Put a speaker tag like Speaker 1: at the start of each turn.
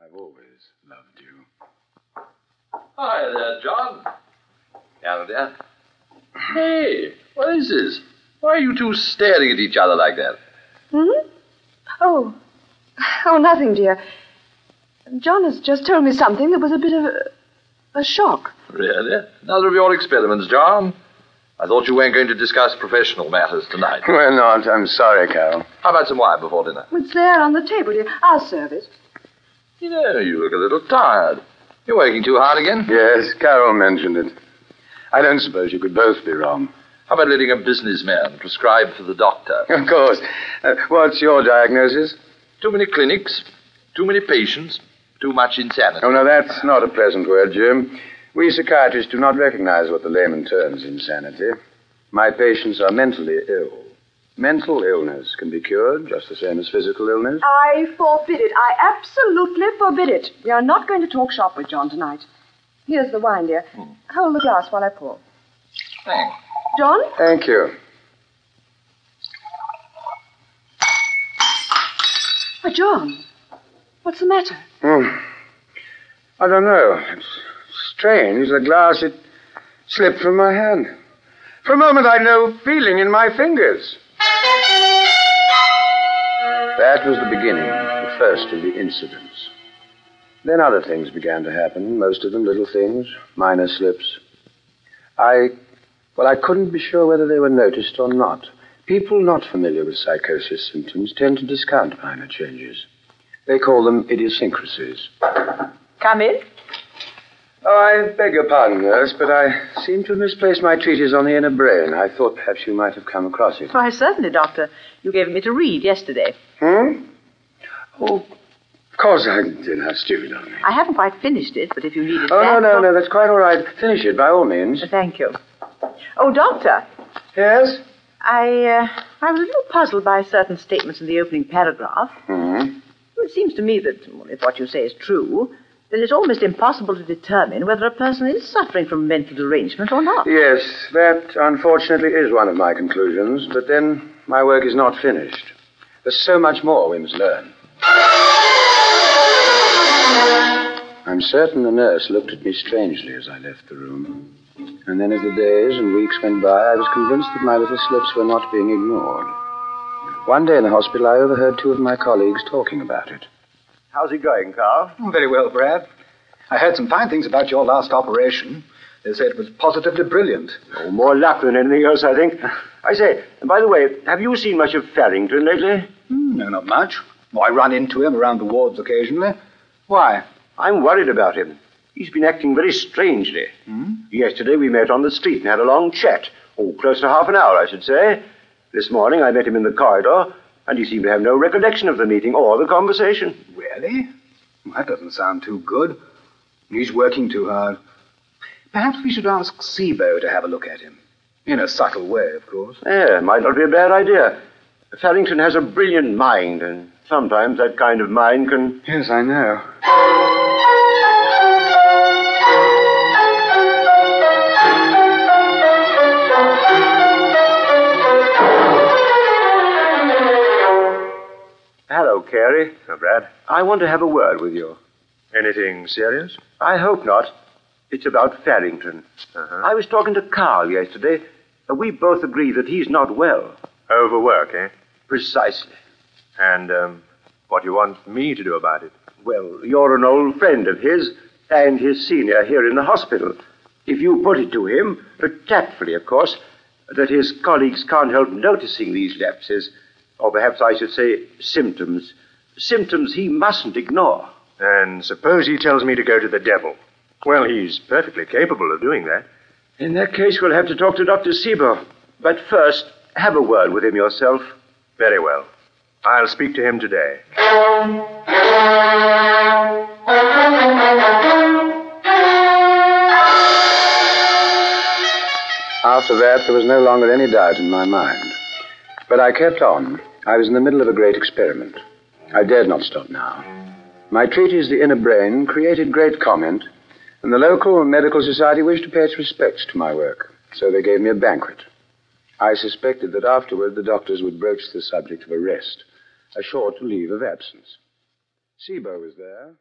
Speaker 1: I've always loved you.
Speaker 2: Hi there, John. Elder. Hey, what is this? Why are you two staring at each other like that?
Speaker 3: Hmm? Oh. Oh, nothing, dear. John has just told me something that was a bit of a, a shock.
Speaker 2: Really? Another of your experiments, John? I thought you weren't going to discuss professional matters tonight.
Speaker 1: Well, no, I'm, I'm sorry, Carol.
Speaker 2: How about some wine before dinner?
Speaker 3: It's there on the table, dear. I'll serve it.
Speaker 2: You know, you look a little tired. You're working too hard again?
Speaker 1: Yes, Carol mentioned it. I don't suppose you could both be wrong.
Speaker 2: How about letting a businessman prescribe for the doctor?
Speaker 1: Of course. Uh, what's your diagnosis?
Speaker 2: Too many clinics, too many patients, too much insanity.
Speaker 1: Oh, no, that's not a pleasant word, Jim. We psychiatrists do not recognize what the layman terms insanity. My patients are mentally ill. Mental illness can be cured just the same as physical illness.
Speaker 3: I forbid it. I absolutely forbid it. We are not going to talk shop with John tonight. Here's the wine, dear.
Speaker 1: Hmm.
Speaker 3: Hold the glass while I pour.
Speaker 2: Thanks.
Speaker 3: John?
Speaker 1: Thank you.
Speaker 3: But, Uh, John, what's the matter?
Speaker 1: Hmm. I don't know. It's strange. The glass, it slipped from my hand. For a moment, I had no feeling in my fingers. That was the beginning, the first of the incidents. Then other things began to happen, most of them little things, minor slips. I, well, I couldn't be sure whether they were noticed or not. People not familiar with psychosis symptoms tend to discount minor changes. They call them idiosyncrasies.
Speaker 3: Come in.
Speaker 1: Oh, I beg your pardon, nurse, but I seem to have misplaced my treatise on the inner brain. I thought perhaps you might have come across it.
Speaker 4: Why, certainly, Doctor. You gave me to read yesterday.
Speaker 1: Hmm? Oh, of course I did. How stupid of me.
Speaker 4: I haven't quite finished it, but if you need it
Speaker 1: Oh, no,
Speaker 4: back,
Speaker 1: no,
Speaker 4: Doc-
Speaker 1: no. That's quite all right. Finish it, by all means.
Speaker 4: Thank you. Oh, Doctor,
Speaker 1: Yes?
Speaker 4: I, uh, I was a little puzzled by certain statements in the opening paragraph.
Speaker 1: Hmm.
Speaker 4: Well, It seems to me that, well, if what you say is true, then it's almost impossible to determine whether a person is suffering from mental derangement or not.
Speaker 1: Yes, that unfortunately is one of my conclusions, but then my work is not finished. There's so much more we must learn. I'm certain the nurse looked at me strangely as I left the room. And then, as the days and weeks went by, I was convinced that my little slips were not being ignored. One day in the hospital, I overheard two of my colleagues talking about it.
Speaker 5: How's it going, Carl?
Speaker 6: Mm, Very well, Brad. I heard some fine things about your last operation. They said it was positively brilliant.
Speaker 5: Oh, more luck than anything else, I think. I say, and by the way, have you seen much of Farrington lately?
Speaker 6: Hmm, no, not much. Oh, I run into him around the wards occasionally. Why?
Speaker 5: I'm worried about him. He's been acting very strangely. Yesterday we met on the street and had a long chat. Oh, close to half an hour, I should say. This morning I met him in the corridor, and he seemed to have no recollection of the meeting or the conversation.
Speaker 6: Really? That doesn't sound too good. He's working too hard. Perhaps we should ask Sibo to have a look at him. In a subtle way, of course.
Speaker 5: Yeah, might not be a bad idea. Farrington has a brilliant mind, and sometimes that kind of mind can.
Speaker 1: Yes, I know.
Speaker 5: Hello, Carey. Oh, Brad. I want to have a word with you. Anything serious? I hope not. It's about Farrington. I was talking to Carl yesterday. Uh, We both agree that he's not well. Overwork, eh? Precisely. And um, what do you want me to do about it? Well, you're an old friend of his and his senior here in the hospital. If you put it to him, but tactfully, of course, that his colleagues can't help noticing these lapses, or perhaps I should say symptoms, symptoms he mustn't ignore.
Speaker 7: And suppose he tells me to go to the devil. Well, he's perfectly capable of doing that.
Speaker 5: In that case, we'll have to talk to Dr. Sebo. But first, have a word with him yourself.
Speaker 7: Very well. I'll speak to him today.
Speaker 1: After that, there was no longer any doubt in my mind. But I kept on. I was in the middle of a great experiment. I dared not stop now. My treatise, The Inner Brain, created great comment, and the local medical society wished to pay its respects to my work, so they gave me a banquet. I suspected that afterward the doctors would broach the subject of arrest, a short leave of absence. Sibo was there.